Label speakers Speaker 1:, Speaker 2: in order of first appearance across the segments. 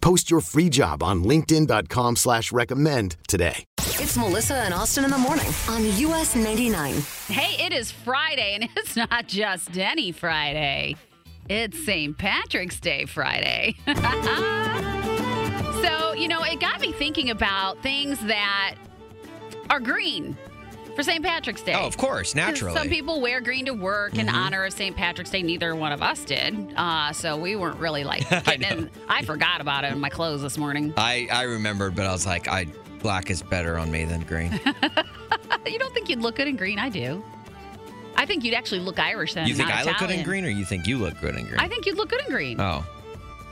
Speaker 1: Post your free job on linkedin.com slash recommend today.
Speaker 2: It's Melissa and Austin in the morning on US 99.
Speaker 3: Hey, it is Friday, and it's not just any Friday. It's St. Patrick's Day Friday. so, you know, it got me thinking about things that are green for St. Patrick's Day.
Speaker 4: Oh, of course,
Speaker 3: 'Cause
Speaker 4: naturally. Mm-hmm.
Speaker 3: Some people wear green to work in honor of St. Patrick's Day. Neither one of us did. Uh, so we weren't really like getting I, in. I forgot about it in my clothes this morning.
Speaker 4: I I remembered, but I was like, I black is better on me than green.
Speaker 3: you don't think you'd look good in green? I do. I think you'd actually look Irish then.
Speaker 4: you think
Speaker 3: not
Speaker 4: I look good in
Speaker 3: Italian.
Speaker 4: green, or you think you look good in green?
Speaker 3: I think you'd look good in green.
Speaker 4: oh,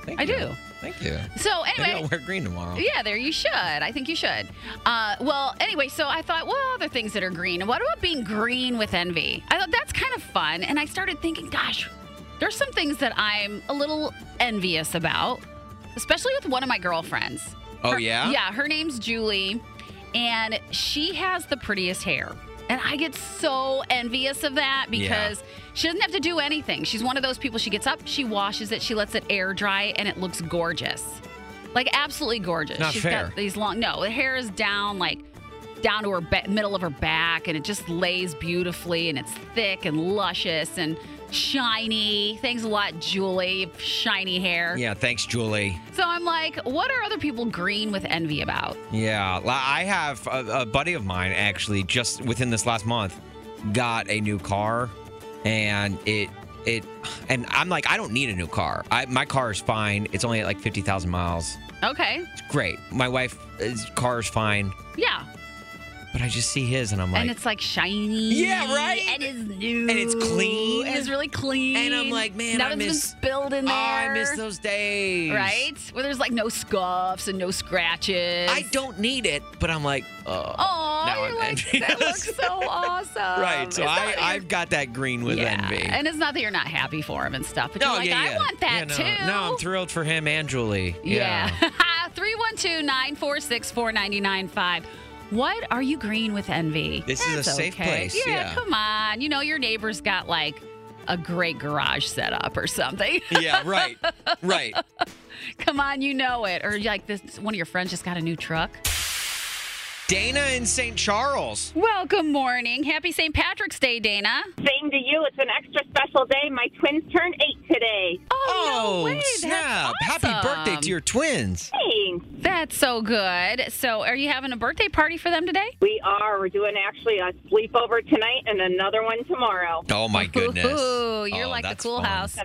Speaker 4: Thank
Speaker 3: I
Speaker 4: you.
Speaker 3: do.
Speaker 4: Thank you.
Speaker 3: so
Speaker 4: Maybe
Speaker 3: anyway,
Speaker 4: I'll wear green tomorrow.
Speaker 3: Yeah, there you should. I think you should. Uh, well, anyway, so I thought, what other things that are green? And what about being green with envy? I thought that's kind of fun. And I started thinking, gosh, there's some things that I'm a little envious about, especially with one of my girlfriends.
Speaker 4: Oh,
Speaker 3: Her-
Speaker 4: yeah?
Speaker 3: Yeah, Uh, her name's Julie, and she has the prettiest hair. And I get so envious of that
Speaker 4: Yeah.
Speaker 3: because she doesn't have to do anything. She's one of those people, she gets up, she washes it, she lets it air dry, and it looks gorgeous. Like, absolutely gorgeous.
Speaker 4: Not
Speaker 3: She's
Speaker 4: fair.
Speaker 3: got these long, no, the hair is down, like, down to her ba- middle of her back, and it just lays beautifully, and it's thick and luscious and shiny. Thanks a lot, Julie. Shiny hair.
Speaker 4: Yeah, thanks, Julie.
Speaker 3: So I'm like, what are other people green with envy about?
Speaker 4: Yeah, la- I have a, a buddy of mine actually just within this last month got a new car, and it it and I'm like, I don't need a new car. I, my car is fine. It's only at like fifty thousand miles.
Speaker 3: Okay.
Speaker 4: It's great. My wife's car is fine,
Speaker 3: Yeah.
Speaker 4: but I just see his, and I'm like,
Speaker 3: and it's like shiny.
Speaker 4: Yeah, right?
Speaker 3: And it's new.
Speaker 4: And it's clean.
Speaker 3: And it's really clean.
Speaker 4: And I'm like, man, I
Speaker 3: nothing's been
Speaker 4: miss-
Speaker 3: spilled in
Speaker 4: Oh,
Speaker 3: there.
Speaker 4: I miss those days.
Speaker 3: Right? Where there's like no scuffs and no scratches.
Speaker 4: I don't need it, but I'm like, oh,
Speaker 3: Oh,
Speaker 4: now
Speaker 3: you're
Speaker 4: I'm
Speaker 3: like, that
Speaker 4: envious.
Speaker 3: looks so awesome.
Speaker 4: right. So
Speaker 3: It's
Speaker 4: I,
Speaker 3: not-
Speaker 4: I've got that green with
Speaker 3: yeah.
Speaker 4: envy.
Speaker 3: And it's not that you're not happy for him and stuff, but you're like, I want
Speaker 4: Yeah,
Speaker 3: that
Speaker 4: no,
Speaker 3: too.
Speaker 4: No, I'm thrilled for him and Julie.
Speaker 3: Yeah. 312 946 4995. What are you green with envy?
Speaker 4: This is a safe place,
Speaker 3: Yeah,
Speaker 4: yeah.
Speaker 3: come on. You know, your neighbor's got like a great garage set up or something.
Speaker 4: Yeah, right. Right.
Speaker 3: come on, you know it. Or like this one of your friends just got a new truck.
Speaker 4: Dana in St. Charles.
Speaker 3: Well, good morning. Happy St. Patrick's Day, Dana.
Speaker 5: Same to you. It's an extra special day. My twins turned eight today.
Speaker 3: Oh, no way. That's
Speaker 4: Oh, snap. Happy
Speaker 3: awesome.
Speaker 4: birthday to your twins.
Speaker 5: Thanks.
Speaker 3: That's so good. So, are you having a birthday party for them today?
Speaker 5: We are. We're doing actually a sleepover tonight and another one tomorrow.
Speaker 4: Oh, my goodness.
Speaker 3: Ooh, you're
Speaker 4: Oh,
Speaker 3: like the
Speaker 4: that's
Speaker 3: cool
Speaker 4: fun.
Speaker 3: house.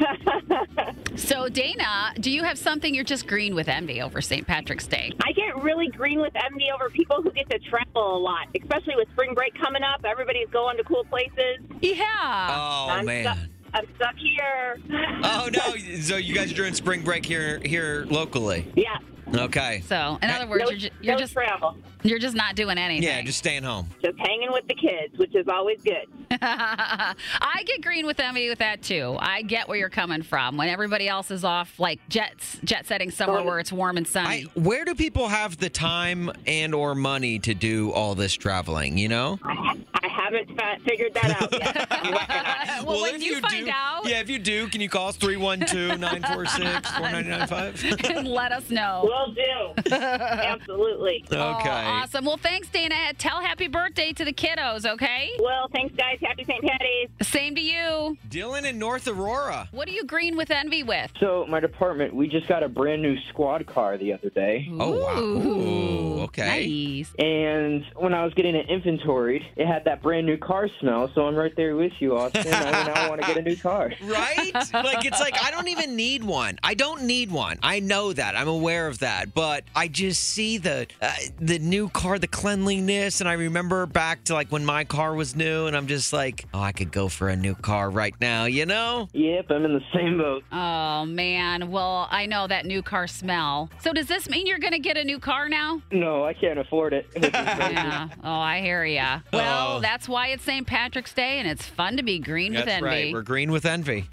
Speaker 3: so, Dana, do you have something you're just green with envy over St. Patrick's Day?
Speaker 5: I get really green with envy over people who get to travel a lot, especially with spring break coming up. Everybody's going to cool places.
Speaker 3: Yeah.
Speaker 4: Oh,
Speaker 5: I'm Stuck,
Speaker 4: man.
Speaker 5: I'm stuck here.
Speaker 4: Oh, no. So you guys are doing spring break here here locally.
Speaker 5: yeah.
Speaker 4: Okay.
Speaker 3: so, in other words,
Speaker 5: No,
Speaker 3: you're, ju- you're
Speaker 5: no
Speaker 3: just
Speaker 5: travel.
Speaker 3: you're just not doing anything.
Speaker 4: Yeah, just staying home.
Speaker 5: Just hanging with the kids, which is always good.
Speaker 3: I get green with envy with that too. I get where you're coming from when everybody else is off like jets jet setting somewhere where it's warm and sunny.
Speaker 4: I, where do people have the time and or money to do all this traveling, you know?
Speaker 5: I haven't fi- figured that out yet.
Speaker 4: uh,
Speaker 3: well, when you, find out,
Speaker 4: Yeah, if you do, can you call us 312-946-4995?
Speaker 3: let us know.
Speaker 5: Will do. Absolutely.
Speaker 4: Okay.
Speaker 3: Oh, awesome. Well, thanks, Dana. Tell happy birthday to to the kiddos, okay?
Speaker 5: Well, thanks, guys. Happy St. Patty's.
Speaker 3: Same to you.
Speaker 4: Dylan in North Aurora.
Speaker 3: What do you green with envy with?
Speaker 6: So my department, we just got a brand new squad car the other day,
Speaker 4: Oh, wow. Ooh, okay.
Speaker 3: Nice.
Speaker 6: and when I was getting it inventoried, it had that brand new car smell. So I'm right there with you, Austin. I now want to get a new car.
Speaker 4: Right? like, it's like, I don't even need one. I don't need one. I know that. I'm aware of that. But I just see the uh, the new car, the cleanliness. And I remember back to like when my car was new, and I'm just like, oh, I could go for a new car right now, you know?
Speaker 6: Yep, I'm in the same boat.
Speaker 3: Oh, man. Well, I know that new car smell. So, does this mean you're going to get a new car now?
Speaker 6: No, I can't afford it.
Speaker 3: yeah. Oh, I hear ya. Well,
Speaker 4: Oh.
Speaker 3: that's why it's St. Patrick's Day, and it's fun to be green with
Speaker 4: That's
Speaker 3: envy.
Speaker 4: right. We're green with envy.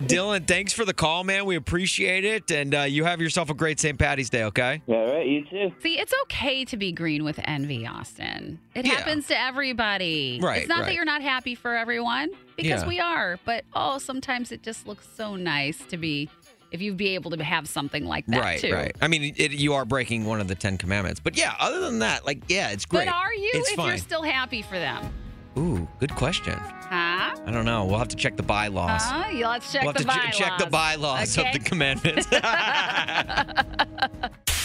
Speaker 4: Dylan, thanks for the call, man. We appreciate it. And uh, you have yourself a great St. Patty's Day, okay?
Speaker 6: All right, you too.
Speaker 3: See, it's okay to be green with envy, Austin. It
Speaker 4: Yeah.
Speaker 3: happens to everybody.
Speaker 4: Right,
Speaker 3: It's not that
Speaker 4: right.
Speaker 3: you're not happy for everyone because
Speaker 4: Yeah.
Speaker 3: we are, but oh, sometimes it just looks so nice to be if you'd be able to have something like that
Speaker 4: right,
Speaker 3: too.
Speaker 4: right. I mean, it, you are breaking one of the Ten Commandments, but yeah. Other than that, like, yeah, it's great.
Speaker 3: But are you
Speaker 4: It's
Speaker 3: if
Speaker 4: fine.
Speaker 3: you're still happy for them?
Speaker 4: Ooh, good question.
Speaker 3: Huh?
Speaker 4: I don't know. We'll have to check the bylaws.
Speaker 3: Huh? Yeah, Uh-huh. let's check
Speaker 4: we'll have
Speaker 3: the
Speaker 4: to ch-
Speaker 3: bylaws.
Speaker 4: check the bylaws
Speaker 3: Okay.
Speaker 4: of the commandments.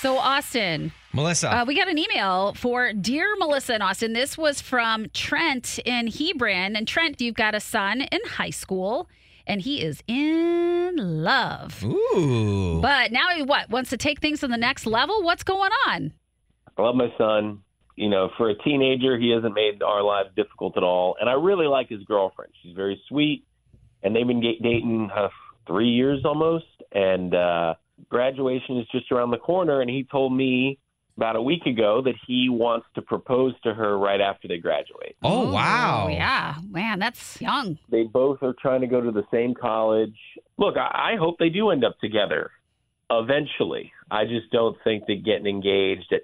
Speaker 3: So Austin,
Speaker 4: Melissa,
Speaker 3: Uh, we got an email for Dear Melissa and Austin. This was from Trent in Hebron. And Trent, you've got a son in high school, and he is in love.
Speaker 4: ooh,
Speaker 3: But now he what? Wants to take things to the next level? What's going on?
Speaker 7: I love my son. You know, for a teenager, he hasn't made our lives difficult at all. And I really like his girlfriend. She's very sweet, and they've been ga- dating uh, three years almost. And uh, graduation is just around the corner. And he told me about a week ago that he wants to propose to her right after they graduate.
Speaker 4: oh wow,
Speaker 3: Oh, yeah. Man, that's young.
Speaker 7: They both are trying to go to the same college. Look, I, I hope they do end up together eventually. I just don't think that getting engaged at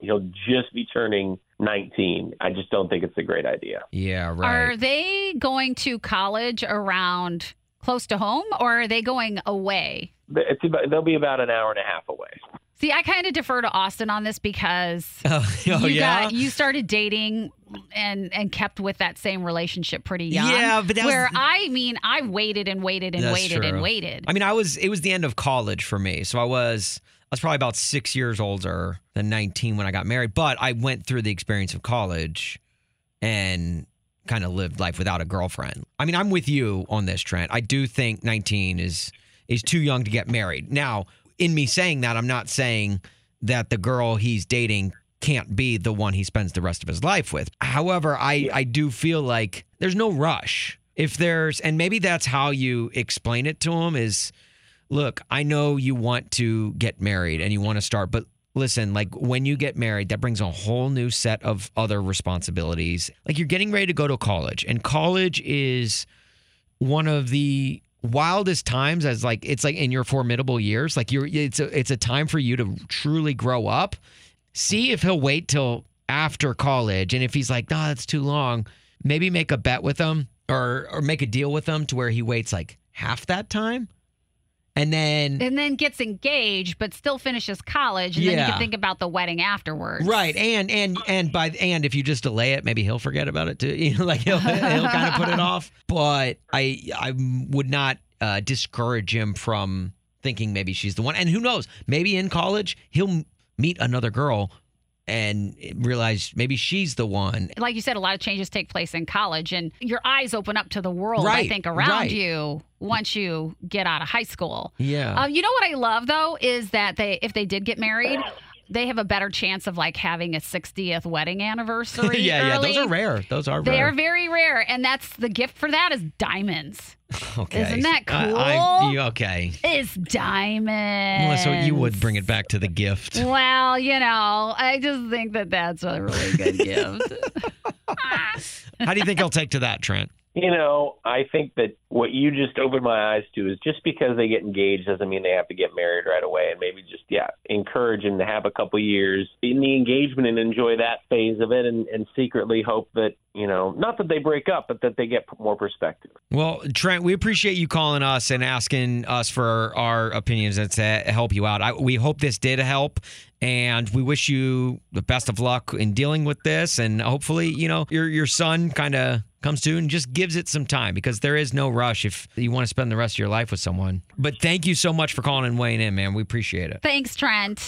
Speaker 7: he'll just be turning 19. I just don't think it's a great idea.
Speaker 4: yeah,
Speaker 3: Are
Speaker 4: right.
Speaker 3: they going to college around close to home or are they going away?
Speaker 7: Th- It's about, they'll be about an hour and a half away.
Speaker 3: See, I kind of defer to Austin on this because
Speaker 4: oh oh,
Speaker 3: you
Speaker 4: yeah.
Speaker 3: got you started dating and and kept with that same relationship pretty young.
Speaker 4: Yeah, but that was-
Speaker 3: where I mean, I waited and waited and
Speaker 4: That's
Speaker 3: waited
Speaker 4: true.
Speaker 3: and waited.
Speaker 4: I mean, I was it was the end of college for me, so I was I was probably about six years older than nineteen when I got married. But I went through the experience of college and kind of lived life without a girlfriend. I mean, I'm with you on this, Trent. I do think nineteen is is too young to get married. Now, in me saying that, I'm not saying that the girl he's dating can't be the one he spends the rest of his life with. However, I, I do feel like there's no rush. If there's, and maybe that's how you explain it to him is, look, I know you want to get married and you want to start, but listen, like when you get married, that brings a whole new set of other responsibilities. Like you're getting ready to go to college, and college is one of the wildest times as like it's like in your formidable years like you're it's a, it's a time for you to truly grow up see if he'll wait till after college and if he's like no that's too long maybe make a bet with him or or make a deal with him to where he waits like half that time and then
Speaker 3: and then gets engaged, but still finishes college, and then you
Speaker 4: Yeah.
Speaker 3: can think about the wedding afterwards.
Speaker 4: Right, and and and by and if you just delay it, maybe he'll forget about it too. You know, like he'll he'll kind of put it off. But I I would not uh, discourage him from thinking maybe she's the one. And who knows? Maybe in college he'll m- meet another girl and realize maybe she's the one.
Speaker 3: Like you said, a lot of changes take place in college, and your eyes open up to the world. I
Speaker 4: Right,
Speaker 3: think around
Speaker 4: right.
Speaker 3: you once you get out of high school.
Speaker 4: Yeah.
Speaker 3: Um, you know what I love though is that they if they did get married, they have a better chance of like having a 60th wedding anniversary.
Speaker 4: yeah, yeah. Those
Speaker 3: early.
Speaker 4: are rare. Those are
Speaker 3: They
Speaker 4: rare.
Speaker 3: are very rare, and that's the gift for that is diamonds.
Speaker 4: okay.
Speaker 3: Isn't that
Speaker 4: I- I-
Speaker 3: cool?
Speaker 4: you- okay.
Speaker 3: Is diamonds.
Speaker 4: Melissa, you would bring it back to the gift.
Speaker 3: Well, you know, I just think that that's a really good gift.
Speaker 4: How do you think he'll take to that, Trent?
Speaker 7: You know, I think that what you just opened my eyes to is just because they get engaged doesn't mean they have to get married right away and maybe just yeah encourage them to have a couple years in the engagement and enjoy that phase of it and, and secretly hope that you know not that they break up but that they get more perspective
Speaker 4: Well, Trent, we appreciate you calling us and asking us for our opinions and to help you out. I, we hope this did help, and we wish you the best of luck in dealing with this. And hopefully, you know, your your son kind of comes to and just gives it some time because there is no rush if you want to spend the rest of your life with someone. But thank you so much for calling and weighing in, man. We appreciate it.
Speaker 3: Thanks, Trent.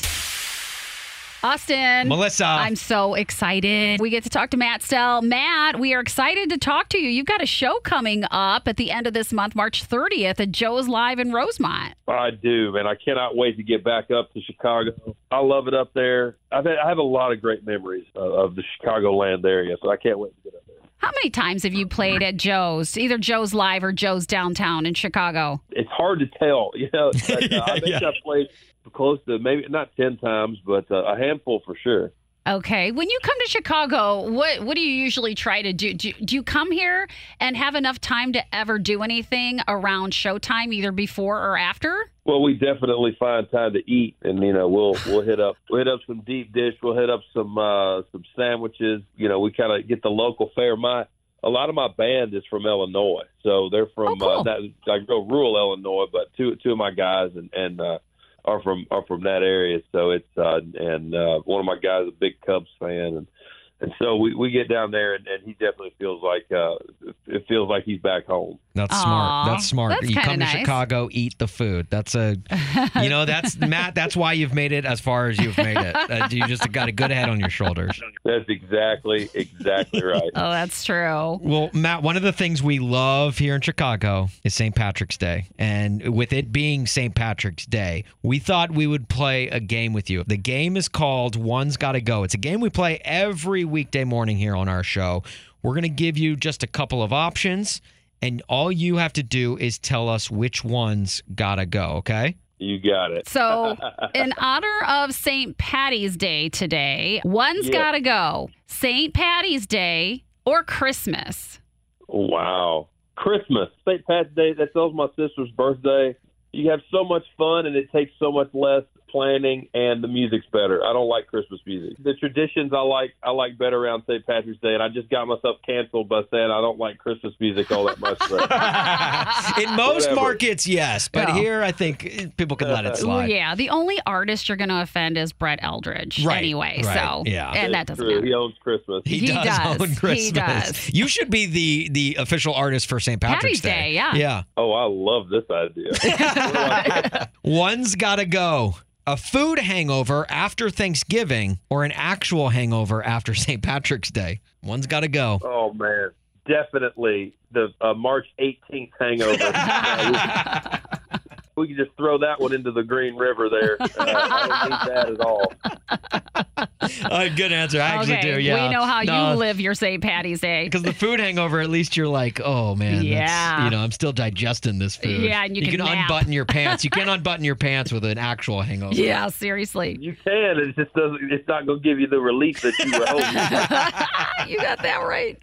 Speaker 3: Austin.
Speaker 4: Melissa.
Speaker 3: I'm so excited. We get to talk to Matt Stell. Matt, we are excited to talk to you. You've got a show coming up at the end of this month, March 30th, at Joe's Live in Rosemont.
Speaker 8: I do, man. I cannot wait to get back up to Chicago. I love it up there. I've had, I have a lot of great memories of, of the Chicagoland area, so I can't wait to get up there.
Speaker 3: How many times have you played at Joe's, either Joe's Live or Joe's Downtown in Chicago?
Speaker 8: It's hard to tell, you know. But, uh, I think I played close to maybe not ten times, but uh, a handful for sure.
Speaker 3: Okay. When you come to Chicago, what what do you usually try to do? do? Do you come here and have enough time to ever do anything around showtime, either before or after?
Speaker 8: Well, we definitely find time to eat, and you know we'll we'll hit up we'll hit up some deep dish, we'll hit up some uh, some sandwiches. You know, we kind of get the local fare. My a lot of my band is from Illinois, so they're from uh, that I go rural Illinois, but two two of my guys and and uh, are from are from that area. So it's uh, and uh, one of my guys is a big Cubs fan, and and so we we get down there, and, and he definitely feels like uh, it feels like he's back home.
Speaker 4: That's
Speaker 8: Aw,
Speaker 4: smart. That's smart.
Speaker 8: that's
Speaker 4: you
Speaker 8: kinda
Speaker 4: come to
Speaker 8: nice.
Speaker 4: Chicago, eat the food. That's a, you know, that's Matt. That's why you've made it as far as you've made it. Uh, you just got a good head on your shoulders.
Speaker 8: That's exactly exactly right.
Speaker 3: Oh, that's true.
Speaker 4: Well, Matt, one of the things we love here in Chicago is St. Patrick's Day. And with it being St. Patrick's Day, we thought we would play a game with you. The game is called One's Gotta Go. It's a game we play every weekday morning here on our show. We're going to give you just a couple of options, and all you have to do is tell us which one's gotta go, okay?
Speaker 8: You got it.
Speaker 3: So, in honor of St. Patty's Day today, one's
Speaker 4: Yeah.
Speaker 3: got to go St. Patty's Day or Christmas.
Speaker 8: Wow. Christmas, St. Pat's Day, that's also my sister's birthday. You have so much fun and it takes so much less planning and the music's better. I don't like Christmas music. The traditions I like I like better around St. Patrick's Day and I just got myself canceled by saying I don't like Christmas music all that much. but-
Speaker 4: In most
Speaker 8: Whatever.
Speaker 4: markets, yes, but
Speaker 8: Yeah.
Speaker 4: here I think people can let it
Speaker 3: Well,
Speaker 4: slide.
Speaker 3: yeah, the only artist you're going to offend is Brett Eldridge
Speaker 4: Right,
Speaker 3: anyway.
Speaker 4: right,
Speaker 3: So,
Speaker 4: yeah.
Speaker 3: and that
Speaker 8: It's
Speaker 3: doesn't
Speaker 8: true.
Speaker 3: matter.
Speaker 8: He owns Christmas.
Speaker 4: He,
Speaker 3: He
Speaker 4: does,
Speaker 3: does.
Speaker 4: own
Speaker 3: He
Speaker 4: Christmas.
Speaker 3: does.
Speaker 4: You should be the the official artist for St. Patrick's
Speaker 3: Patty's Day, yeah.
Speaker 4: Yeah.
Speaker 8: Oh, I love this idea.
Speaker 4: One's got to go. A food hangover after Thanksgiving or an actual hangover after St. Patrick's Day. One's got to go.
Speaker 8: oh man. Definitely the uh, March 18th hangover. Uh, we, we can just throw that one into the Green River there. Uh, I don't need that at all.
Speaker 4: Uh, good answer. I actually
Speaker 3: okay,
Speaker 4: do. Yeah.
Speaker 3: We know how
Speaker 4: No,
Speaker 3: you live your St. Patty's Day.
Speaker 4: Because the food hangover, at least you're like, oh man, that's,
Speaker 3: Yeah.
Speaker 4: you know, I'm still digesting this food.
Speaker 3: Yeah, and you
Speaker 4: can,
Speaker 3: can nap.
Speaker 4: unbutton your pants. You can't unbutton your pants with an actual hangover.
Speaker 3: Yeah, seriously.
Speaker 8: You can. It just doesn't. It's not going to give you the relief that you were hoping.
Speaker 3: you got that right.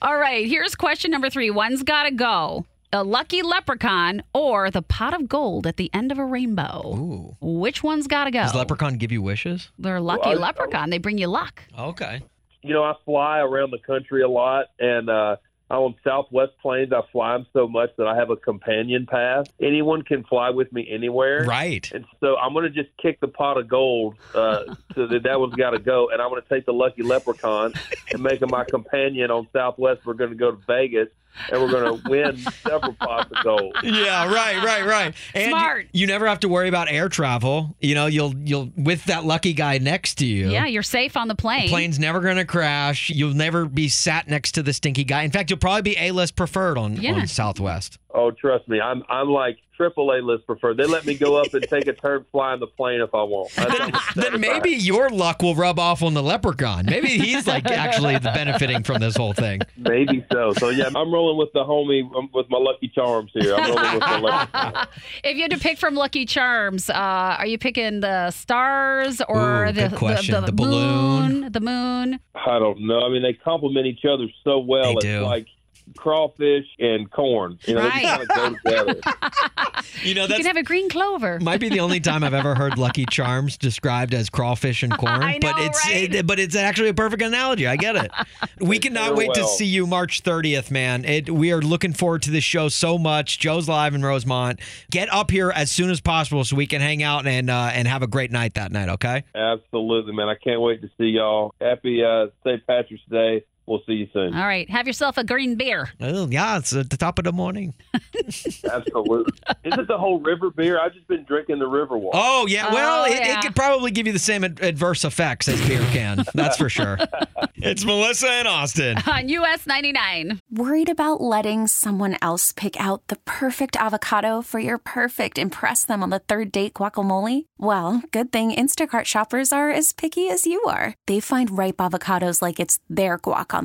Speaker 3: All right, here's question number three. One's got to go. A lucky leprechaun or the pot of gold at the end of a rainbow.
Speaker 4: Ooh.
Speaker 3: Which one's got to go?
Speaker 4: Does Leprechaun give you wishes?
Speaker 3: They're lucky
Speaker 8: Well, I-
Speaker 3: leprechaun. They bring you luck.
Speaker 4: Okay.
Speaker 8: you know, I fly around the country a lot, and uh, I own Southwest Planes. I fly them so much that I have a companion pass. Anyone can fly with me anywhere.
Speaker 4: Right.
Speaker 8: And so I'm going to just kick the pot of gold uh, so that that one's got to go, and I'm going to take the lucky leprechaun and make him my companion on Southwest. We're going to go to Vegas, and we're going to win several pots of gold.
Speaker 4: yeah, right, right, right. And you-
Speaker 3: Smart.
Speaker 4: You, never have to worry about air travel. You know, you'll you'll with that lucky guy next to you.
Speaker 3: Yeah, you're safe on the plane.
Speaker 4: Plane's never gonna crash. You'll never be sat next to the stinky guy. In fact, you'll probably be A list preferred on,
Speaker 3: Yeah.
Speaker 4: on Southwest.
Speaker 8: Oh, trust me, I'm I'm like triple A list preferred. They let me go up and take a turn flying the plane if I want. That's almost
Speaker 4: Then maybe your luck will rub off on the leprechaun. Maybe he's like actually benefiting from this whole thing.
Speaker 8: Maybe so. So yeah, I'm rolling with the homie um, with my Lucky Charms here. I'm rolling with the Lucky.
Speaker 3: If you had to pick from Lucky Charms, uh, are you picking the stars or
Speaker 4: Ooh,
Speaker 3: the,
Speaker 4: good question.
Speaker 3: the
Speaker 4: The balloon.
Speaker 3: moon? The moon.
Speaker 8: I don't know. I mean, they complement each other so well.
Speaker 4: They
Speaker 8: it's
Speaker 4: do.
Speaker 8: like crawfish and corn. You know, they just
Speaker 3: Right.
Speaker 8: kind of go together.
Speaker 4: You know,
Speaker 3: you can
Speaker 4: that's
Speaker 3: have a green clover.
Speaker 4: might be the only time I've ever heard Lucky Charms described as crawfish and corn.
Speaker 3: I
Speaker 4: but
Speaker 3: know,
Speaker 4: it's it, but it's actually a perfect analogy. I get it. we cannot wait to
Speaker 9: well.
Speaker 4: see you March 30th, man. It, we are looking forward to this show so much. Joe's live in Rosemont. Get up here as soon as possible so we can hang out and uh, and have a great night that night. Okay.
Speaker 8: Absolutely, man. I can't wait to see y'all. Happy uh, St. Patrick's Day. We'll see you soon.
Speaker 3: All right, have yourself a green beer.
Speaker 4: Oh, yeah, it's at the top of the morning.
Speaker 8: Absolutely. Is it the whole river beer? I've just been drinking the river water.
Speaker 4: Oh yeah, well, it, it could probably give you the same ad- adverse effects as beer can. That's for sure. it's Melissa and Austin.
Speaker 3: On US 99.
Speaker 10: Worried about letting someone else pick out the perfect avocado for your perfect impress them on the third date guacamole? Well, good thing Instacart shoppers are as picky as you are. They find ripe avocados like it's their guac on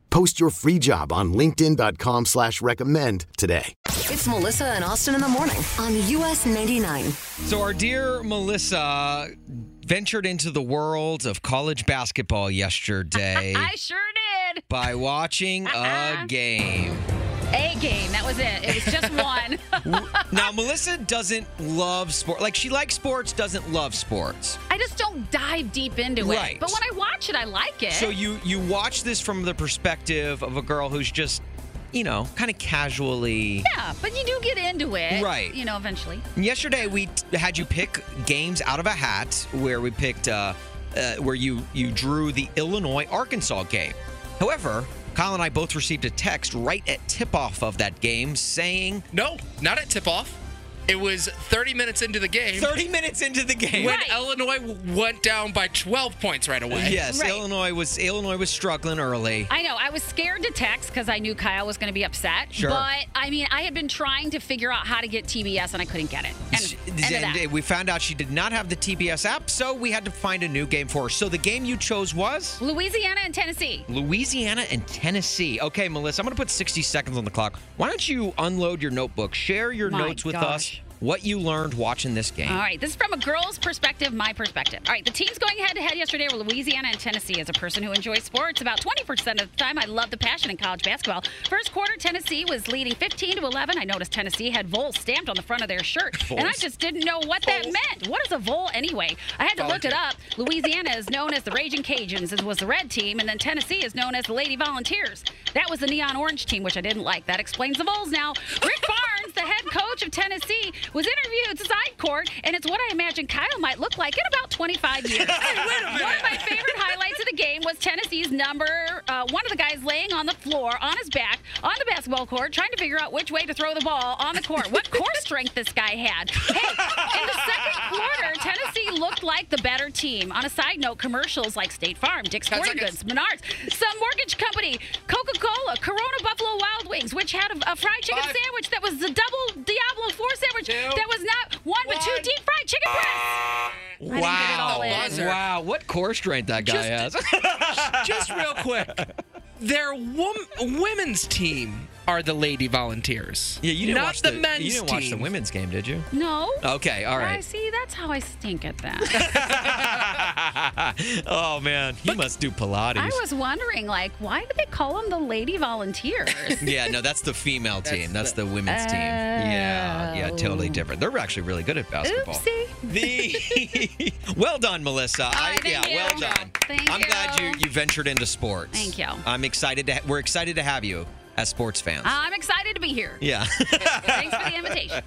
Speaker 1: Post your free job on linkedin.com/recommend slash recommend today.
Speaker 2: It's Melissa and Austin in the morning on US 99.
Speaker 4: So, our dear Melissa ventured into the world of college basketball yesterday
Speaker 3: I sure did.
Speaker 4: by watching a game.
Speaker 3: A game. That was it. It was just one.
Speaker 4: Now, Melissa doesn't love sport. Like, she likes sports, doesn't love sports.
Speaker 3: I just don't dive deep into
Speaker 4: Right.
Speaker 3: it. But when I watch it, I like it.
Speaker 4: So, you, you watch this from the perspective of a girl who's just, you know, kind of casually.
Speaker 3: Yeah, but you do get into it.
Speaker 4: Right.
Speaker 3: You know, eventually.
Speaker 4: Yesterday we t- had you pick games out of a hat where we picked uh, uh, where you you drew the Illinois Arkansas game. However, Kyle and I both received a text right at tip off of that game saying,
Speaker 11: "No, not at tip off. It was 30 minutes into the game.
Speaker 4: 30 minutes into the game.
Speaker 11: When
Speaker 4: Right.
Speaker 11: Illinois w- went down by 12 points right away.
Speaker 4: Yes, Illinois was Illinois was struggling early.
Speaker 3: I know. I was scared to text because I knew Kyle was going to be upset.
Speaker 4: Sure.
Speaker 3: But I mean, I had been trying to figure out how to get TBS and I couldn't get it. And, end of that.
Speaker 4: and we found out she did not have the TBS app, so we had to find a new game for her. So the game you chose was
Speaker 3: Louisiana and Tennessee.
Speaker 4: Louisiana and Tennessee. Okay, Melissa, I'm going to put 60 seconds on the clock. Why don't you unload your notebook, share your
Speaker 3: My
Speaker 4: notes with us,
Speaker 3: gosh. Uh,
Speaker 4: what you learned watching this game.
Speaker 3: All right, this is from a girl's perspective, my perspective. All right, the teams going head to head yesterday were Louisiana and Tennessee. As a person who enjoys sports about 20% of the time, I love the passion in college basketball. First quarter, Tennessee was leading 15 to 11. I noticed Tennessee had Vol stamped on the front of their shirt, and I
Speaker 12: Vols?
Speaker 3: just didn't know what that meant. What is a Vol anyway? I had to look it up. Louisiana is known as the Raging Cajuns, as was the red team, and then Tennessee is known as the Lady Volunteers. That was the neon orange team, which I didn't like. That explains the Vols now. Rick Barnes, the head coach of Tennessee, was interviewed to side court, and it's what I imagine Kyle might look like in about 25 years. One of my favorite highlights of the game was Tennessee's number, uh, one of the guys laying on the floor, on his back, on the basketball court, trying to figure out which way to throw the ball on the court. What core strength this guy had. Hey, in the second quarter, Tennessee looked like the better team. On a side note, commercials like State Farm, Dick's Sporting Goods, Menards, some mortgage company, Coca Cola, Corona Buffalo Wild Wings, which had a, a fried chicken sandwich that was the double Diablo 4 sandwich that was not one, but two deep fried chicken breasts.
Speaker 4: Wow. Wow. What core strength that guy has.
Speaker 11: Just real quick. Their wom- women's team are the lady volunteers.
Speaker 4: Yeah, you didn't
Speaker 11: not
Speaker 4: watch
Speaker 11: the,
Speaker 4: the,
Speaker 11: men's
Speaker 4: You didn't
Speaker 11: team.
Speaker 4: watch the women's game, did you?
Speaker 3: No.
Speaker 4: Okay, all
Speaker 3: I
Speaker 4: right.
Speaker 3: see. That's how I stink at that.
Speaker 4: oh man, he must do Pilates.
Speaker 3: I was wondering, like, why do they call them the lady volunteers?
Speaker 4: yeah, no, that's the female team. That's the, women's team.
Speaker 3: Oh.
Speaker 4: Yeah, yeah, totally different. They're actually really good at basketball.
Speaker 3: Oopsie. Oh,
Speaker 4: The well done, Melissa. I, yeah,
Speaker 3: thank
Speaker 4: well
Speaker 3: you.
Speaker 4: done.
Speaker 3: Thank
Speaker 4: I'm glad you you ventured into sports.
Speaker 3: Thank you.
Speaker 4: I'm excited to. Ha- we're excited to have you as sports fans.
Speaker 3: I'm excited to be here.
Speaker 4: yeah,
Speaker 3: Thanks for the invitation.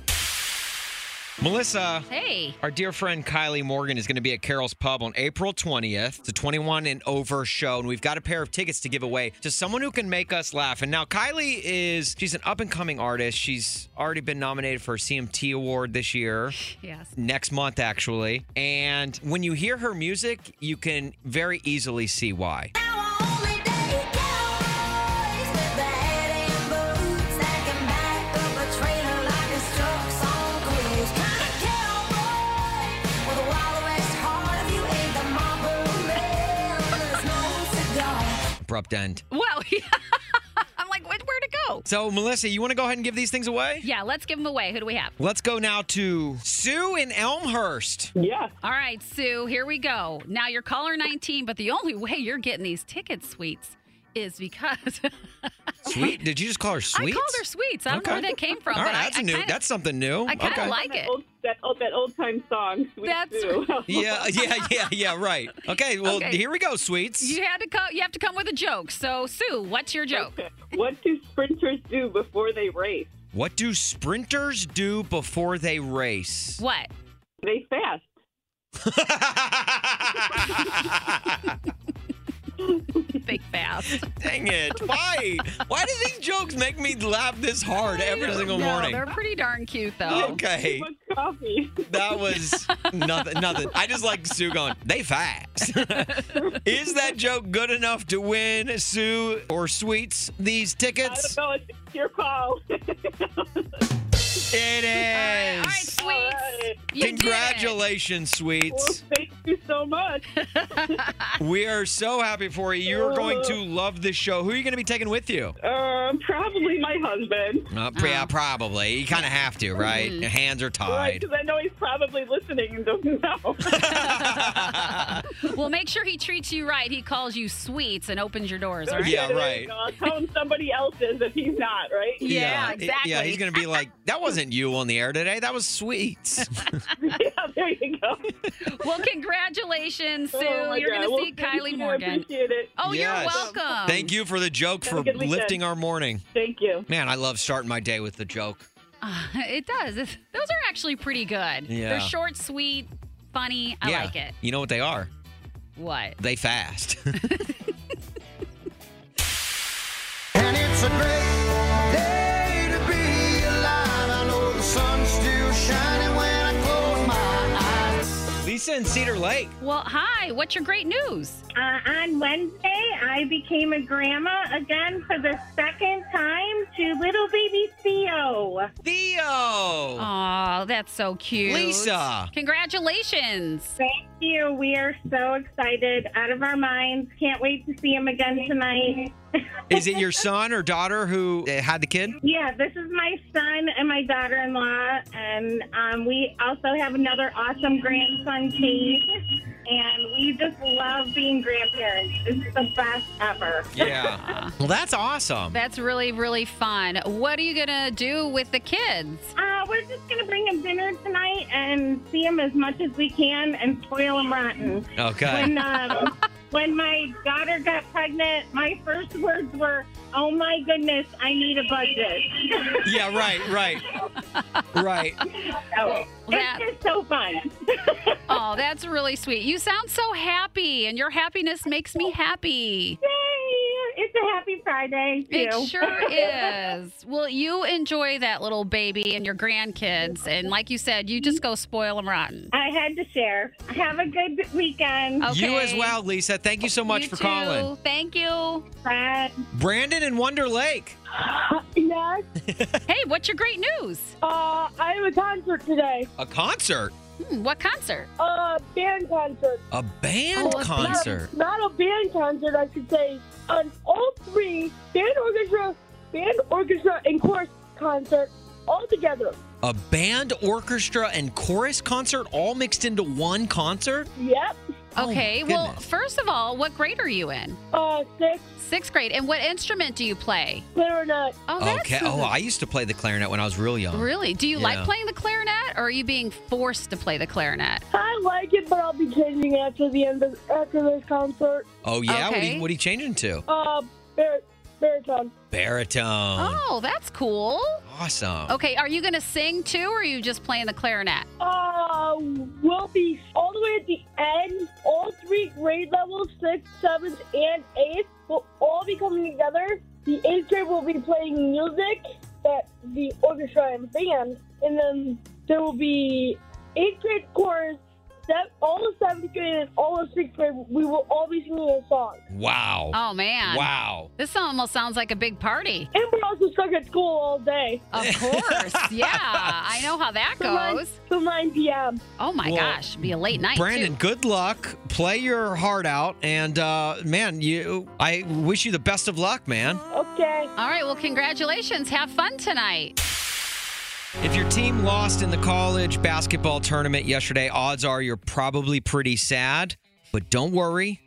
Speaker 4: Melissa.
Speaker 3: Hey.
Speaker 4: Our dear friend Kylie Morgan is going to be at Carol's Pub on April 20th. It's a 21 and over show, and we've got a pair of tickets to give away to someone who can make us laugh. And now Kylie is she's an up and coming artist. She's already been nominated for a CMT award this year.
Speaker 3: Yes.
Speaker 4: Next month, actually. And when you hear her music, you can very easily see why. Abrupt end.
Speaker 3: Well, I'm like, where, where'd it go?
Speaker 4: So, Melissa, you want to go ahead and give these things away?
Speaker 3: Yeah, let's give them away. Who do we have?
Speaker 4: Let's go now to Sue in Elmhurst.
Speaker 3: Yeah. All right, Sue, here we go. Now you're caller 19, but the only way you're getting these ticket sweets is because
Speaker 4: Sweet? Did you just call her
Speaker 3: I
Speaker 4: sweet?
Speaker 3: called her sweets. I don't know where that came from,
Speaker 4: All right,
Speaker 3: but I-
Speaker 4: that's
Speaker 3: I,
Speaker 4: a new.
Speaker 3: kinda-
Speaker 4: that's something new.
Speaker 3: I kind of
Speaker 4: Oh, okay.
Speaker 3: like it.
Speaker 5: That old, that old time song. Sweet
Speaker 3: That's
Speaker 5: Sue.
Speaker 4: Yeah, yeah, yeah, yeah. Right. Okay. Well,
Speaker 3: Okay.
Speaker 4: here we go, sweets.
Speaker 3: You had to come. You have to come with a joke. So, Sue, what's your joke?
Speaker 5: What do sprinters do before they race?
Speaker 4: What do sprinters do before they race?
Speaker 3: What?
Speaker 5: They fast.
Speaker 3: Think fast.
Speaker 4: Dang it! Why? Why do these jokes make me laugh this hard every single
Speaker 3: No,
Speaker 4: morning?
Speaker 3: They're pretty darn cute, though.
Speaker 4: Okay.
Speaker 5: Coffee.
Speaker 4: That was nothing. Nothing. I just like Sue going. They fast. Is that joke good enough to win Sue or Sweets these tickets?
Speaker 5: No, it's your call.
Speaker 4: It is.
Speaker 3: All right, sweets. You did it.
Speaker 4: Congratulations, Sweets.
Speaker 5: Thank you so much.
Speaker 4: We are so happy for you. You're going to love this show. Who are you going to be taking with you?
Speaker 5: Um, probably my husband.
Speaker 4: Uh, pr-
Speaker 3: Uh-huh.
Speaker 4: yeah, probably. You kind of have to, right?
Speaker 3: Mm-hmm.
Speaker 4: Your hands are
Speaker 5: Right,
Speaker 4: tied.
Speaker 5: because I know he's probably listening and doesn't know.
Speaker 3: well, make sure he treats you right. He calls you sweets and opens your doors. All right.
Speaker 4: Yeah,
Speaker 5: There you
Speaker 4: right.
Speaker 5: go. I'll tell him somebody else is if he's not, right?
Speaker 3: Yeah,
Speaker 4: it- Yeah, he's going to be like, that wasn't you on the air today. That was Sweets.
Speaker 5: yeah, there you go.
Speaker 3: Well, congratulations, Sue.
Speaker 5: Oh, my
Speaker 3: You're going
Speaker 5: God.
Speaker 3: to
Speaker 5: Well,
Speaker 3: see
Speaker 5: thank
Speaker 3: Kylie
Speaker 5: you. I
Speaker 3: Morgan.
Speaker 5: appreciate it.
Speaker 3: Oh, you're
Speaker 4: Yes.
Speaker 3: welcome.
Speaker 4: Thank you for the joke
Speaker 5: Have a
Speaker 4: for
Speaker 5: good weekend.
Speaker 4: lifting our morning.
Speaker 5: Thank you.
Speaker 4: Man, I love starting my day with the joke.
Speaker 3: Uh, it does. It's- those are actually pretty good.
Speaker 4: Yeah.
Speaker 3: They're short, sweet, funny. I
Speaker 4: yeah.
Speaker 3: like it.
Speaker 4: You know what they are?
Speaker 3: What?
Speaker 4: They fast.
Speaker 9: And it's a great day to be alive. I know the sun's still shining when I close my eyes.
Speaker 4: Lisa in Cedar Lake.
Speaker 3: Well, hi. What's your great news?
Speaker 12: Uh, on Wednesday, I became a grandma again for the second time to little baby Theo.
Speaker 4: Theo!
Speaker 3: Oh, that's so cute.
Speaker 4: Lisa.
Speaker 3: Congratulations.
Speaker 12: Thank you. We are so excited, out of our minds. Can't wait to see him again tonight.
Speaker 4: Is it your son or daughter who uh, had the kid?
Speaker 12: Yeah, this is my son and my daughter in law. And um, we also have another awesome grandson, Cade. And we just love being grandparents. This is the best ever.
Speaker 4: Yeah. well, that's awesome.
Speaker 3: That's really, really fun. What are you going to do with the kids?
Speaker 12: Uh, we're just going to bring him dinner tonight and see him as much as we can and spoil him rotten.
Speaker 4: Okay.
Speaker 12: When, um, when my daughter got pregnant, my first words were, oh my goodness, I need a budget.
Speaker 4: yeah, right, right. Right.
Speaker 12: so,
Speaker 3: Oh, That-
Speaker 12: it's just so fun.
Speaker 3: Oh, that's really sweet. You sound so happy, and your happiness makes me happy.
Speaker 12: Yay! It's a happy Friday. Too.
Speaker 3: It sure is. Well, you enjoy that little baby and your grandkids. And like you said, you just go spoil them rotten.
Speaker 12: I had to share. Have a good weekend.
Speaker 4: You as well, Lisa. Thank you so much
Speaker 3: You
Speaker 4: for
Speaker 3: too.
Speaker 4: calling.
Speaker 3: Thank you.
Speaker 12: Bye.
Speaker 4: Brandon in Wonder Lake.
Speaker 13: Yes.
Speaker 3: Hey, what's your great news?
Speaker 13: Uh, I have a concert today.
Speaker 4: A concert.
Speaker 3: Hmm, what concert?
Speaker 13: Uh, a band concert. Oh,
Speaker 4: A band
Speaker 3: Oh,
Speaker 13: Not-
Speaker 4: concert.
Speaker 13: Not, a band concert, I should say. An all three band orchestra, band orchestra, and chorus concert all together.
Speaker 4: A band, orchestra, and chorus concert all mixed into one concert?
Speaker 13: Yep.
Speaker 3: Okay,
Speaker 4: my
Speaker 3: well,
Speaker 4: Oh, goodness.
Speaker 3: first of all, what grade are you in?
Speaker 13: Uh, sixth.
Speaker 3: Sixth grade. And what instrument do you play?
Speaker 13: Clarinet.
Speaker 3: Oh, that's
Speaker 4: okay. Oh, I used to play the clarinet when I was real young.
Speaker 3: Really? Do you like
Speaker 4: Yeah.
Speaker 3: playing the clarinet, or are you being forced to play the clarinet?
Speaker 13: I like it, but I'll be changing after the end of, after this concert.
Speaker 4: Oh yeah. What, are
Speaker 3: Okay.
Speaker 4: you, what are you changing to?
Speaker 13: Uh, bar- baritone.
Speaker 4: Baritone.
Speaker 3: Oh, that's cool.
Speaker 4: Awesome.
Speaker 3: Okay, are you going to sing too, or are you just playing the clarinet?
Speaker 13: Uh, we'll be all the way at the end. All three grade levels, sixth, seventh, and eighth, will all be coming together. The eighth grade will be playing music that the orchestra and band, and then there will be eighth grade chorus. That all of seventh grade and all of sixth grade, we will all be singing a song.
Speaker 4: Wow.
Speaker 3: Oh, man.
Speaker 4: Wow.
Speaker 3: This almost sounds like a big party.
Speaker 13: And we're also stuck at school all day.
Speaker 3: Of course. yeah, I know how that
Speaker 13: Till nine-
Speaker 3: goes.
Speaker 13: Till 9 p.m.
Speaker 3: Oh, my
Speaker 4: Well,
Speaker 3: gosh. Be a late night.
Speaker 4: Brandon,
Speaker 3: too.
Speaker 4: good luck. Play your heart out, and uh, man, you. I wish you the best of luck, man.
Speaker 13: Okay.
Speaker 3: All right, well, congratulations. Have fun tonight.
Speaker 4: If your team lost in the college basketball tournament yesterday, odds are you're probably pretty sad. But don't worry,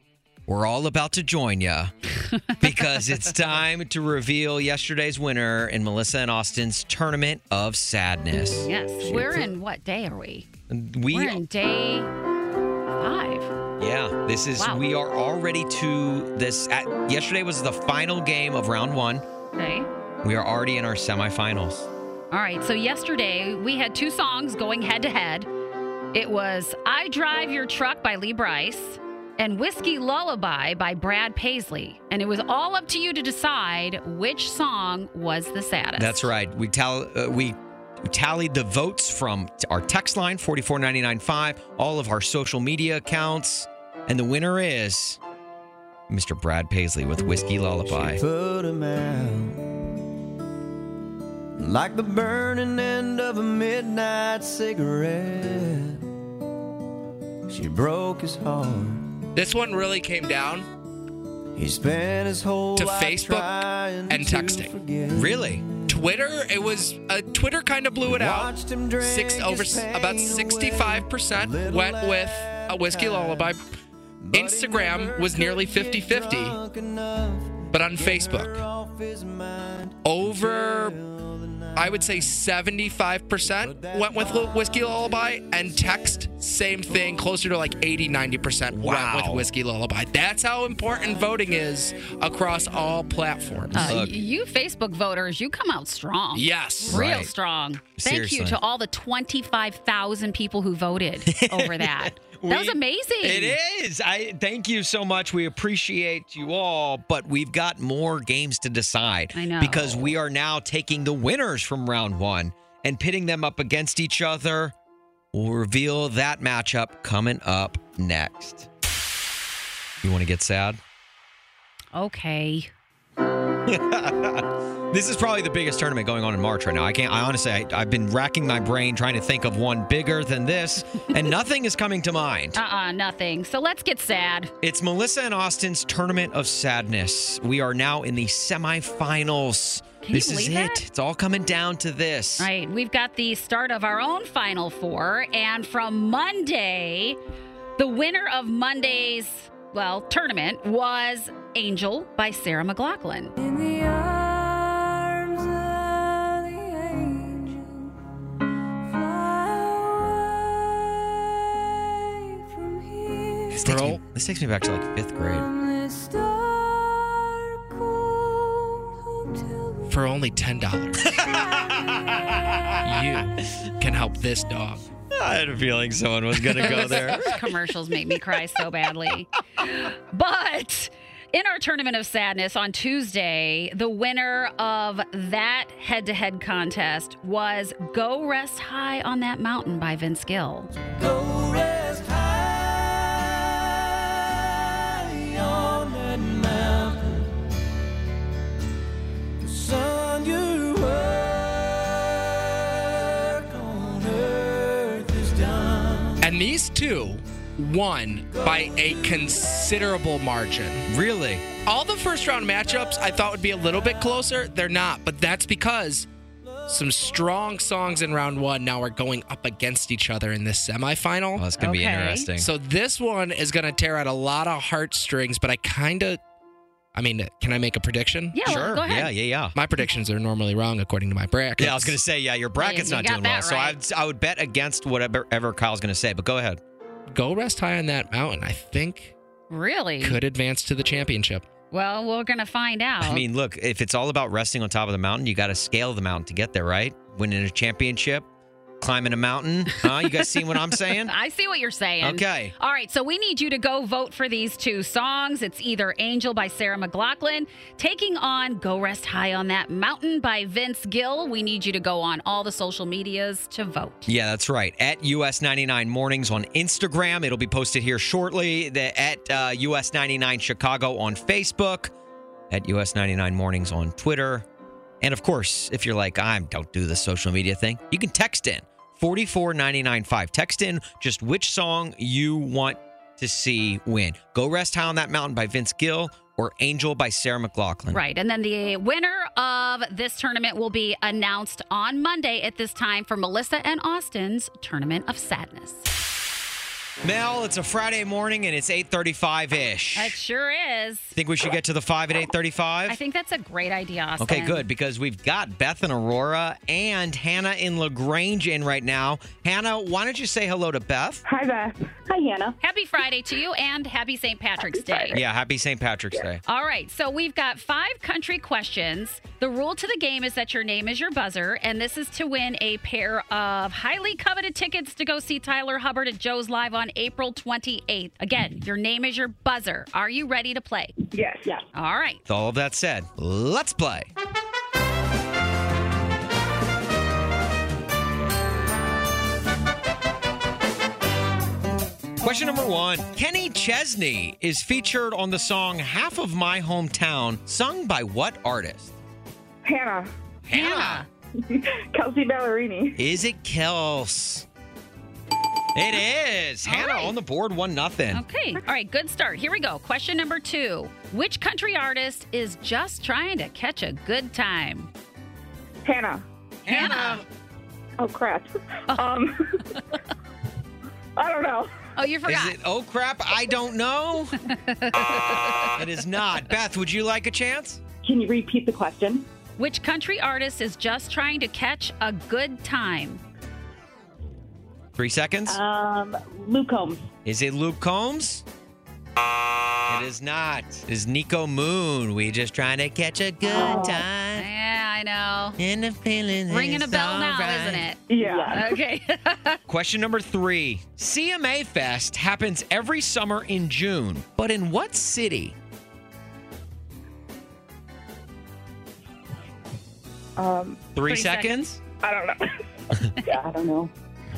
Speaker 4: we're all about to join you because it's time to reveal yesterday's winner in Melissa and Austin's tournament of sadness.
Speaker 3: Yes. We're in what day are we?
Speaker 4: We
Speaker 3: We're in day five.
Speaker 4: Yeah, this is
Speaker 3: Wow.
Speaker 4: we are already to this at, yesterday was the final game of round 1.
Speaker 3: Okay.
Speaker 4: We are already in our semifinals.
Speaker 3: All right. So yesterday we had two songs going head to head. It was I Drive Your Truck by Lee Bryce and Whiskey Lullaby by Brad Paisley. And it was all up to you to decide which song was the saddest.
Speaker 4: That's right. We tell uh, we tallied the votes from t- our text line 44995, all of our social media accounts, and the winner is Mr. Brad Paisley with Whiskey Lullaby.
Speaker 9: Put 'em out like the burning end of a midnight cigarette. She broke his heart.
Speaker 11: This one really came down
Speaker 9: He spent his whole
Speaker 11: to
Speaker 9: life
Speaker 11: Facebook
Speaker 9: trying
Speaker 11: and
Speaker 9: to
Speaker 11: texting.
Speaker 9: forget.
Speaker 4: Really?
Speaker 11: Twitter, it was uh, Twitter kind of blew it out.
Speaker 9: Watched him drink
Speaker 11: Six
Speaker 9: his
Speaker 11: over s- about
Speaker 9: pain
Speaker 11: sixty-five percent
Speaker 9: away,
Speaker 11: went
Speaker 9: little
Speaker 11: with a whiskey lullaby. Instagram was nearly 50-50, but on Facebook, over I would say seventy-five percent went with Lu- whiskey lullaby, and text same thing, closer to like 80 90 percent went with
Speaker 4: Wow.
Speaker 11: whiskey lullaby. That's how important voting is across all platforms.
Speaker 3: Uh, y- you Facebook voters, you come out strong.
Speaker 11: Yes.
Speaker 3: Real
Speaker 11: Right.
Speaker 3: strong. Thank
Speaker 4: Seriously.
Speaker 3: you to all the 25,000 people who voted over that. that was
Speaker 4: We-
Speaker 3: amazing.
Speaker 4: It is. I thank you so much. We appreciate you all, but we've got more games to decide.
Speaker 3: I know.
Speaker 4: Because we are now taking the winners from round 1 and pitting them up against each other. We'll reveal that matchup coming up next. You want to get sad?
Speaker 3: Okay.
Speaker 4: This is probably the biggest tournament going on in March right now. I can't. I honestly, I, I've been racking my brain trying to think of one bigger than this, and nothing is coming to mind.
Speaker 3: Uh uh nothing. So let's get sad.
Speaker 4: It's Melissa and Austin's Tournament of Sadness. We are now in the semifinals.
Speaker 3: Can you
Speaker 4: this is
Speaker 3: believe that?
Speaker 4: it. It's all coming down to this.
Speaker 3: Right. We've got the start of our own Final Four. And from Monday, the winner of Monday's, well, tournament was Angel by Sarah McLaughlin.
Speaker 4: This, takes me, this takes me back to like fifth grade.
Speaker 11: For only ten dollars, you can help this dog.
Speaker 4: I had a feeling someone was going to go there.
Speaker 3: Commercials make me cry so badly. But in our tournament of sadness on Tuesday, the winner of that head to head contest was Go Rest High on That Mountain by Vince Gill.
Speaker 9: on that mountain. Son, your work on earth is done.
Speaker 11: And these two won by a considerable margin.
Speaker 4: Really?
Speaker 11: All the first round matchups I thought would be a little bit closer. They're not, but that's because some strong songs in round one now are going up against each other in this semifinal.
Speaker 4: that's gonna be Okay. interesting.
Speaker 11: So this one is going to tear out a lot of heartstrings, but I kind of. I mean, can I make a prediction?
Speaker 3: Yeah, Sure. go ahead. Yeah, yeah,
Speaker 4: yeah.
Speaker 11: My predictions are normally wrong according to my bracket.
Speaker 4: Yeah, I was gonna say, yeah, your bracket's
Speaker 11: you
Speaker 4: not
Speaker 11: got
Speaker 4: doing well,
Speaker 11: that
Speaker 4: so I would, I would bet against whatever ever Kyle's gonna say. But go ahead.
Speaker 11: Go rest high on that mountain. I think
Speaker 3: Really?
Speaker 11: could advance to the championship.
Speaker 3: Well, we're going to find out.
Speaker 4: I mean, look, if it's all about resting on top of the mountain, you got to scale the mountain to get there, right? Winning a championship, climbing a mountain. Huh? You guys seen what I'm saying?
Speaker 3: I see what you're saying.
Speaker 4: Okay.
Speaker 3: All right, so we need you to go vote for these two songs. It's either Angel by Sarah McLaughlin, taking on Go Rest High on That Mountain by Vince Gill. We need you to go on all the social medias to vote.
Speaker 4: Yeah, that's right. At US99 Mornings on Instagram. It'll be posted here shortly. The, at uh, US99 Chicago on Facebook. At US99 Mornings on Twitter. And of course, if you're like, I don't do the social media thing, you can text in 44995. Text in just which song you want to see win. Go Rest High on That Mountain by Vince Gill or Angel by Sarah McLaughlin.
Speaker 3: Right. And then the winner of this tournament will be announced on Monday at this time for Melissa and Austin's Tournament of Sadness.
Speaker 4: Mel, it's a Friday morning and it's 835-ish.
Speaker 3: It sure is.
Speaker 4: Think we should get to the 5 at 835?
Speaker 3: I think that's a great idea, Austin.
Speaker 4: Okay, good, because we've got Beth and Aurora and Hannah in LaGrange in right now. Hannah, why don't you say hello to Beth?
Speaker 3: Hi, Beth. Hi, Hannah. Happy Friday to you and happy St. Patrick's Day.
Speaker 4: Yeah, happy St. Patrick's Day.
Speaker 3: All right, so we've got five country questions. The rule to the game is that your name is your buzzer, and this is to win a pair of highly coveted tickets to go see Tyler Hubbard at Joe's Live on April 28th. Again, your name is your buzzer. Are you ready to play? Yes. Yeah. All right.
Speaker 4: With all of that said, let's play. Question number one Kenny Chesney is featured on the song Half of My Hometown, sung by what artist?
Speaker 12: Hannah.
Speaker 4: Hannah.
Speaker 12: Kelsey Ballerini.
Speaker 4: Is it Kels? It is. Hannah on the board, one nothing.
Speaker 3: Okay. All right, good start. Here we go. Question number two Which country artist is just trying to catch a good time?
Speaker 12: Hannah.
Speaker 3: Hannah.
Speaker 12: Oh crap. Um, I don't know.
Speaker 3: Oh, you
Speaker 4: Is it? Oh crap! I don't know. it is not. Beth, would you like a chance?
Speaker 3: Can you repeat the question? Which country artist is just trying to catch a good time?
Speaker 4: Three seconds.
Speaker 3: Um, Luke Combs.
Speaker 4: Is it Luke Combs? It is not. It is Nico Moon. We just trying to catch a good
Speaker 3: Oh,
Speaker 4: time.
Speaker 3: Yeah, I know.
Speaker 4: And the feeling
Speaker 3: Ringing a
Speaker 4: is
Speaker 3: bell now,
Speaker 4: alright.
Speaker 3: isn't it?
Speaker 4: Yeah.
Speaker 3: Okay.
Speaker 4: Question number three. CMA Fest happens every summer in June, but in what city?
Speaker 12: Um,
Speaker 4: Three Three seconds?
Speaker 12: I don't know. yeah, I don't know.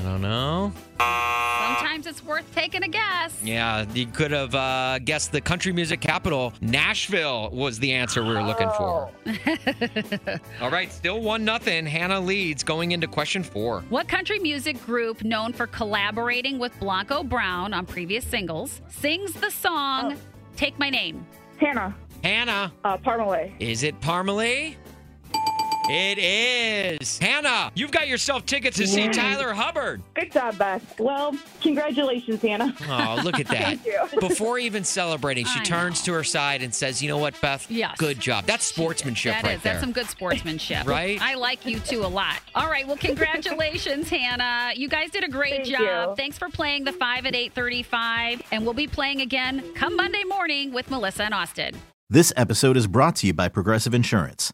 Speaker 4: I don't know.
Speaker 3: Sometimes it's worth taking a guess.
Speaker 4: Yeah, you could have uh, guessed the country music capital. Nashville was the answer we were looking for.
Speaker 3: Oh.
Speaker 4: All right, still one nothing. Hannah leads going into question four.
Speaker 3: What country music group known for collaborating with Blanco Brown on previous singles sings the song Take My Name?
Speaker 12: Hannah.
Speaker 4: Hannah.
Speaker 12: Uh, Parmalee.
Speaker 4: Is it Parmalee? It is. Hannah, you've got yourself tickets to see
Speaker 12: Yay.
Speaker 4: Tyler Hubbard.
Speaker 12: Good job, Beth. Well, congratulations, Hannah.
Speaker 4: Oh, look at that.
Speaker 12: Thank you.
Speaker 4: Before even celebrating, she
Speaker 3: I
Speaker 4: turns to her side and says, You know what, Beth?
Speaker 3: Yes.
Speaker 4: Good job. That's sportsmanship
Speaker 3: That is.
Speaker 4: right there.
Speaker 3: That's some good sportsmanship.
Speaker 4: Right?
Speaker 3: I like you two a lot. All right. Well, congratulations, Hannah. You guys did a great
Speaker 14: Thank
Speaker 3: job.
Speaker 14: you.
Speaker 3: Thanks for playing the five at eight thirty-five, and we'll be playing again come Monday morning with Melissa and Austin.
Speaker 15: This episode is brought to you by Progressive Insurance.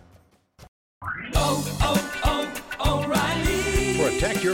Speaker 9: Oh,
Speaker 16: Protect your